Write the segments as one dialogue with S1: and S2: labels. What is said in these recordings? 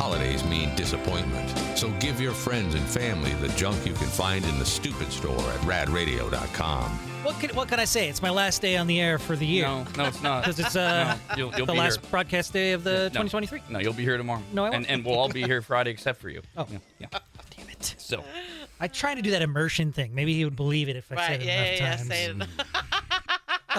S1: always mean disappointment. So give your friends and family the junk you can find in the stupid store at radradio.com.
S2: What can what can I say? It's my last day on the air for the year.
S3: No, no, it's not.
S2: Because it's uh,
S3: No, you'll- you'll
S2: the
S3: be
S2: last
S3: here.
S2: broadcast day of the
S3: No.
S2: 2023.
S3: No, you'll be here tomorrow.
S2: No, I won't.
S3: And, and we'll all be here Friday except for you.
S2: Oh.
S3: Yeah. yeah.
S2: Damn it.
S3: So,
S2: I try to do that immersion thing. Maybe he would believe it if I said
S4: Right.
S2: it
S4: Yeah, yeah,
S2: enough
S4: yeah.
S2: times.
S4: Say it.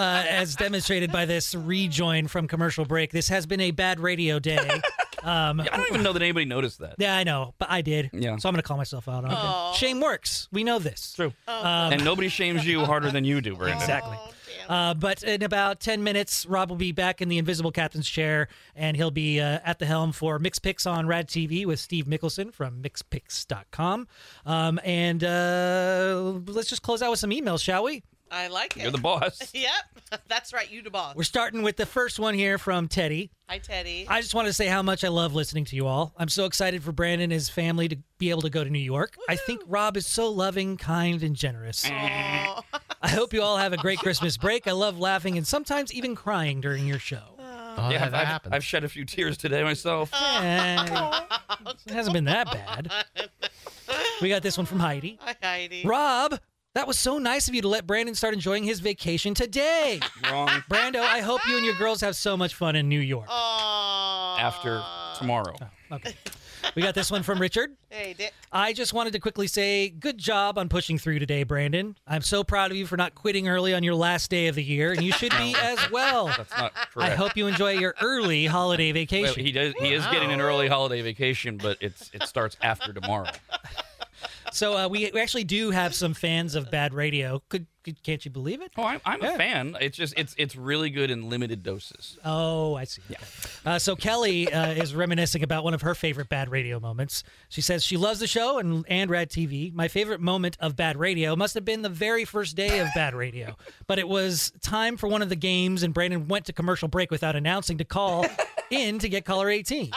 S2: uh, as demonstrated by this rejoin from commercial break. This has been a bad radio day. Um,
S3: I don't even know that anybody noticed that.
S2: yeah, I know, but I did.
S3: Yeah.
S2: So I'm gonna call myself out on
S4: Aw.
S2: it. Shame works. We know this.
S3: True.
S2: Um,
S3: and nobody shames you harder than you do, Brandon.
S2: Exactly.
S4: Oh, damn.
S2: Uh, but in about 10 minutes, Rob will be back in the invisible captain's chair, and he'll be uh, at the helm for Mix Picks on Rad TV with Steve Mickelson from MixPicks.com. Um, and uh, let's just close out with some emails, shall we?
S4: I like it.
S3: You're the boss.
S4: Yep. That's right. You the boss.
S2: We're starting with the first one here from Teddy.
S4: Hi, Teddy.
S2: I just want to say how much I love listening to you all. I'm so excited for Brandon and his family to be able to go to New York. I think Rob is so loving, kind, and generous.
S4: Aw.
S2: I hope you all have a great Christmas break. I love laughing and sometimes even crying during your show.
S5: Oh,
S3: yeah,
S5: yeah,
S3: I've,
S5: that
S3: I've-
S5: happens.
S3: I've shed a few tears today myself.
S2: Eh, it hasn't been that bad. We got this one from Heidi.
S4: Hi, Heidi.
S2: Rob, that was so nice of you to let Brandon start enjoying his vacation today.
S3: Wrong
S2: Brando, I hope you and your girls have so much fun in New York.
S4: Aw.
S3: after tomorrow.
S2: Oh. Okay. We got this one from Richard.
S4: Hey, Dick.
S2: I just wanted to quickly say good job on pushing through today, Brandon. I'm so proud of you for not quitting early on your last day of the year, and you should be as well.
S3: That's not correct.
S2: I hope you enjoy your early holiday
S3: Well,
S2: vacation.
S3: he does. He is getting an early holiday vacation, but it's it starts after tomorrow.
S2: So uh, we, we actually do have some fans of Bad Radio. Could, could can't you believe it?
S3: Oh, I'm, I'm
S2: Yeah.
S3: a fan. It's just it's it's really good in limited doses.
S2: Oh, I see. Yeah. Uh, so Kelly uh, is reminiscing about one of her favorite Bad Radio moments. She says she loves the show and and Rad TV. My favorite moment of Bad Radio must have been the very first day of Bad Radio, but it was time for one of the games, and Brandon went to commercial break without announcing to call in to get caller 18.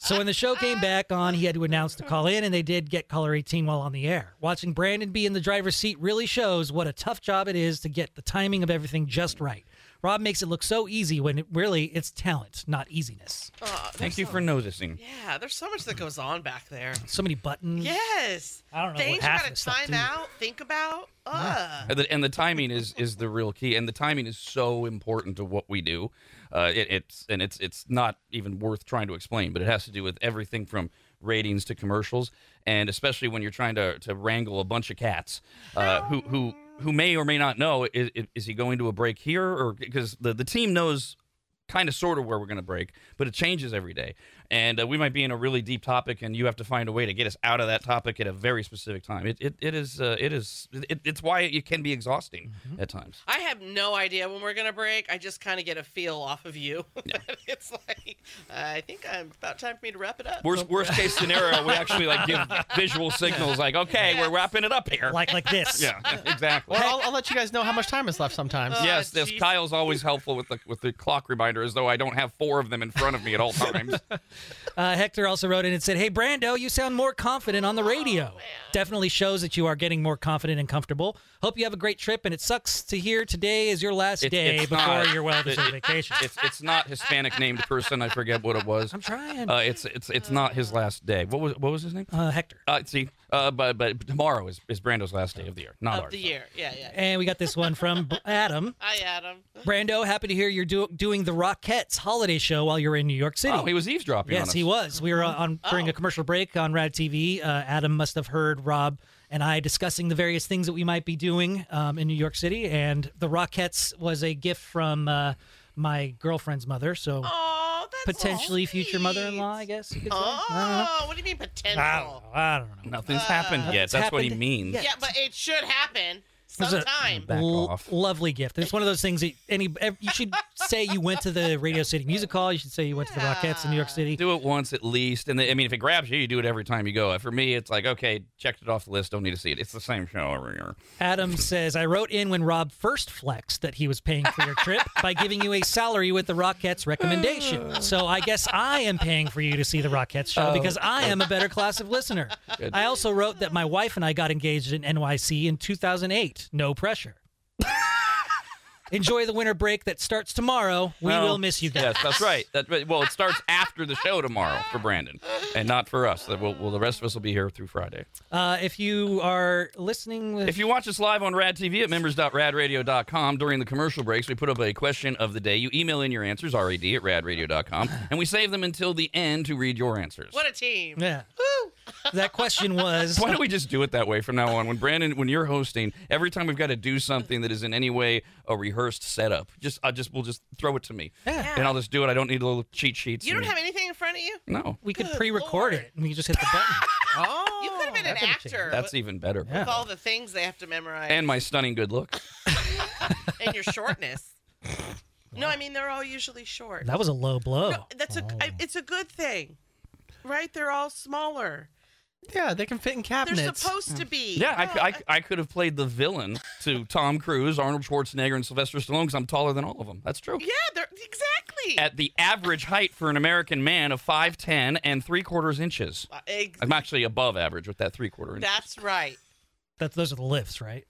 S2: So when the show came back on, he had to announce to call in, and they did get caller 18 while on the air. Watching Brandon be in the driver's seat really shows what a tough job it is to get the timing of everything just right. Rob makes it look so easy when it really it's talent, not easiness.
S4: Aw,
S3: Thank you for noticing.
S4: uh, yeah, there's so much that goes on back there.
S2: So many buttons.
S4: Yes.
S2: Mm. I don't know what
S4: Things
S2: half
S4: you
S2: of
S4: gotta
S2: this stuff
S4: time
S2: do.
S4: out, think about. Uh.
S3: And the, and the timing is is the real key, and the timing is so important to what we do. Uh, it, it's and it's it's not even worth trying to explain, but it has to do with everything from ratings to commercials, and especially when you're trying to, to wrangle a bunch of cats uh, who who who may or may not know is, is he going to a break here or because the, the team knows kind of sort of where we're going to break, but it changes every day. And uh, we might be in a really deep topic, and you have to find a way to get us out of that topic at a very specific time. It, it, it is, uh, it is, it, it's why it can be exhausting at times.
S4: I have no idea when we're gonna break. I just kind of get a feel off of you. it's like I think I'm about time for me to wrap it up.
S3: Worst, worst case scenario, we actually like give visual signals like, okay, we're wrapping it up here.
S2: Like like this.
S3: yeah, exactly.
S5: Well, I'll, I'll let you guys know how much time is left sometimes.
S4: Uh,
S3: Yes, yes.
S4: geez.
S3: Kyle's always helpful with the with the clock reminder, as though I don't have four of them in front of me at all times.
S2: Uh, Hector also wrote in and said, "Hey Brando, you sound more confident on the radio. Definitely shows that you are getting more confident and comfortable. Hope you have a great trip. And it sucks to hear today is your last
S3: It's-
S2: day
S3: it's
S2: before
S3: not.
S2: your well-deserved
S3: It- it-
S2: vacation.
S3: It's it's not Hispanic named person. I forget what it was.
S2: I'm trying.
S3: Uh,
S2: Uh,
S3: it's it's it's not his last day. What was what was his name?
S2: Hector.
S3: Uh, see, uh, but but tomorrow is, is Brando's last day of the year, not
S4: of
S3: ours.
S4: the year. Yeah, yeah.
S2: And we got this one from Adam.
S4: Hi, Adam.
S2: Brando, happy to hear you're do- doing the Rockettes holiday show while you're in New York City.
S3: Oh, he was eavesdropping. on
S2: Yes,
S3: us.
S2: he was. We were on during
S4: Oh.
S2: a commercial break on Rad TV. Uh, Adam must have heard Rob and I discussing the various things that we might be doing um, in New York City, and the Rockettes was a gift from uh, my girlfriend's mother, so
S4: Oh, that's
S2: potentially future
S4: sweet.
S2: mother-in-law, I guess. You could say.
S5: Uh-huh.
S2: I
S4: Oh, what do you mean
S2: don't know. I don't
S4: potential?
S2: know. I don't know.
S3: Nothing's happened yet. That's what he
S2: happened
S3: means.
S2: yet.
S4: Uh, Yeah, but it should happen
S2: There's a-
S4: sometime.
S3: Back
S2: L-
S3: off.
S2: Lovely gift. It's one of those things that any ev- you should say you went to the Radio City Music Hall. You should say you went to the Rockettes in New York City.
S3: Do it once at least, and then, I mean, if it grabs you, you do it every time you go. For me, it's like okay, checked it off the list. Don't need to see it. It's the same show every year.
S2: Adam says, I wrote in when Rob first flexed that he was paying for your trip by giving you a salary with the Rockettes recommendation. So I guess I am paying for you to see the Rockettes show because I am a better class of listener.
S3: Oh. Good.
S2: I also wrote that my wife and I got engaged in NYC in 2008. No pressure. enjoy the winter break that starts tomorrow. We
S3: Well,
S2: will miss you guys.
S3: Yes, that's right. That, right. well, it starts after the show tomorrow for Brandon, and not for us. That will will the rest of us will be here through Friday.
S2: Uh, if you are listening, with,
S3: If you watch us live on Rad TV at members.radradio.com during the commercial breaks, we put up a question of the day. You email in your answers, rad at radradio.com, and we save them until the end to read your answers.
S4: What a team.
S2: yeah. That question was
S3: Why don't we just do it that way from now on? When Brandon, when you're hosting, every time we've got to do something that is in any way a rehearsed setup, just I just we'll just throw it to me,
S2: Yeah.
S3: and I'll just do it. I don't need little cheat sheets.
S4: You don't
S3: and-
S4: have anything in front of you?
S3: no.
S2: we could
S4: Good
S2: pre-record
S4: Lord.
S2: it and we just hit the button.
S5: Oh,
S4: You could have been an
S5: that could've changed.
S4: actor
S3: That's
S4: with,
S3: even better.
S2: Yeah.
S4: with all the things they have to memorize
S3: And my stunning good look.
S4: and your shortness. no, I mean, they're all usually short.
S2: That was a low blow.
S4: No, that's a I- it's a good thing, right? They're all smaller.
S5: Yeah, they can fit in
S4: They're
S5: cabinets.
S4: supposed to be.
S3: Yeah, I, c-
S4: No,
S3: I c- I could have played the villain to Tom Cruise, Arnold Schwarzenegger, and Sylvester Stallone because I'm taller than all of them. That's true.
S4: yeah, they're exactly.
S3: At the average height for an American man of 5'10 and three quarters inches.
S4: Uh, ex-
S3: I'm actually above average with that three quarter inch.
S4: that's right.
S2: That, those are the lifts, right?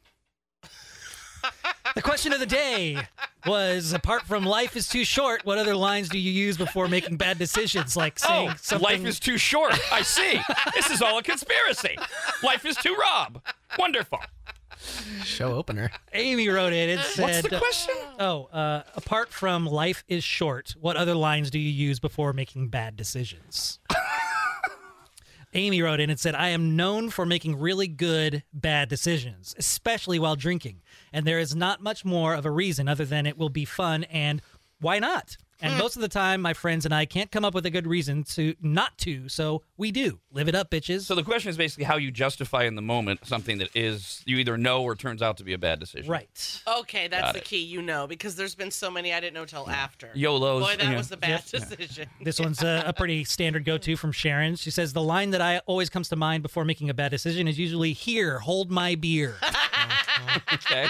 S2: the question of the day was apart from life is too short, what other lines do you use before making bad decisions? Like saying
S3: Oh,
S2: something
S3: life is too short. I see. this is all a conspiracy. Life is too Rob. Wonderful.
S5: Show opener.
S2: Amy wrote it. It said
S3: What's the question?
S2: Oh, uh, apart from life is short, what other lines do you use before making bad decisions? Amy wrote in and said, I am known for making really good, bad decisions, especially while drinking. And there is not much more of a reason other than it will be fun and why not? And most of the time, my friends and I can't come up with a good reason to not to, so we do. Live it up, bitches.
S3: So the question is basically how you justify in the moment something that is you either know or turns out to be a bad decision.
S2: right.
S4: Okay, that's
S3: Got
S4: the
S3: it.
S4: key. You know, because there's been so many I didn't know till after.
S3: YOLOs,
S4: Boy, that
S3: yeah.
S4: was the bad
S2: Yeah.
S4: decision.
S2: This one's a, a pretty standard go-to from Sharon. She says the line that I always comes to mind before making a bad decision is usually "Here, hold my beer."
S3: Okay.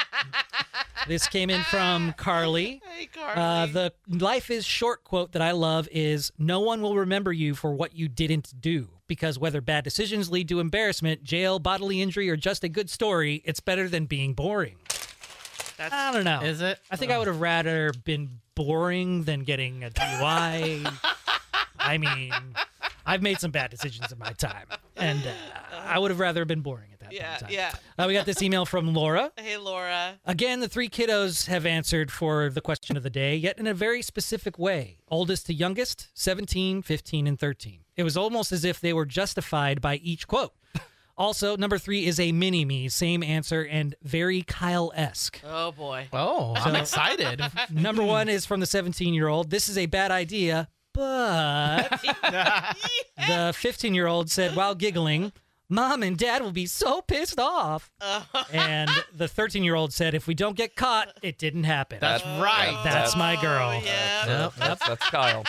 S2: this came in from Carly.
S4: Hey, Carly.
S2: Uh, the life is short quote that I love is "No one will remember you for what you didn't do." Because whether bad decisions lead to embarrassment, jail, bodily injury, or just a good story, it's better than being boring.
S4: That's-
S2: I don't know.
S5: Is it? Oh.
S2: I think I would have rather been boring than getting a DUI. I mean, I've made some bad decisions in my time, and uh, I would have rather been boring at that point
S4: yeah,
S2: in time.
S4: yeah.
S2: Uh, we got this email from Laura.
S4: Hey, Laura.
S2: Again, the three kiddos have answered for the question of the day, yet in a very specific way. Oldest to youngest, 17, 15, and 13. It was almost as if they were justified by each quote. Also, number three is a mini me, same answer and very Kyle esque.
S4: Oh boy.
S5: Oh, I'm excited.
S2: Number one is from the 17 year old. This is a bad idea, but the 15 year old said while giggling, Mom and dad will be so pissed off.
S3: Uh-huh.
S2: And the 13 year old said, If we don't get caught, it didn't happen.
S5: That's right.
S2: That's my
S3: oh,
S2: girl.
S4: yeah.
S2: Yep, yep.
S3: That's, that's Kyle.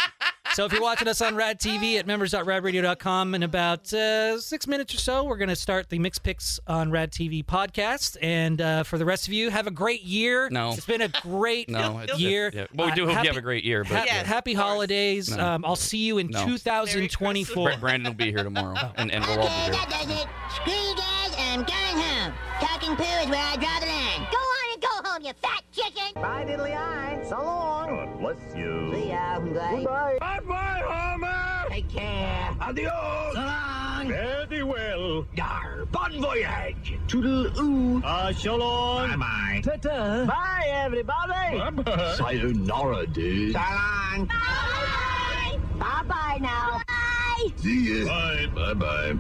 S2: So if you're watching us on Rad TV at members.radradio.com in about uh, six minutes or so, we're going to start the Mix Picks on Rad TV podcast. And uh, for the rest of you, have a great year.
S3: No.
S2: It's been a great
S3: No, it's,
S2: year.
S3: it's- yeah. Well, we do
S2: Uh,
S3: hope
S2: happy-
S3: you have a great year, but
S2: Ha-
S4: Yeah.
S2: Happy holidays. Um, I'll see you in
S3: No.
S4: Merry
S2: 2024.
S3: Bra- Brandon will be here tomorrow, and, and we'll all be here.
S6: That does it. Screw you guys, and I'm going home. Talking poo is where I draw the line. Go on and go home, you fat chicken.
S7: Bye, diddly eye. So long. God bless you.
S6: See ya, Goodbye.
S7: Bye, Homer.
S6: Take care.
S7: Adios. So long. Very well. Yar. Bon voyage. Toodle-oo. Ah, so long. Bye-bye. Ta-ta. Bye, everybody. Bye-bye. Sayonara, dude. So long.
S6: Bye. Bye bye now. Bye.
S7: See ya. Bye. Bye-bye.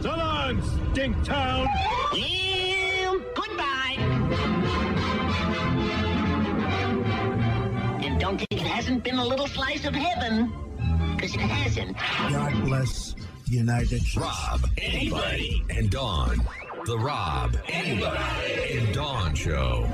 S7: so long, stink town.
S6: You. Goodbye. And don't think it hasn't been a little slice of heaven, 'cause it hasn't.
S8: God bless the United States.
S1: Rob, anybody, and Dawn. The Rob, anybody, and Dawn Show.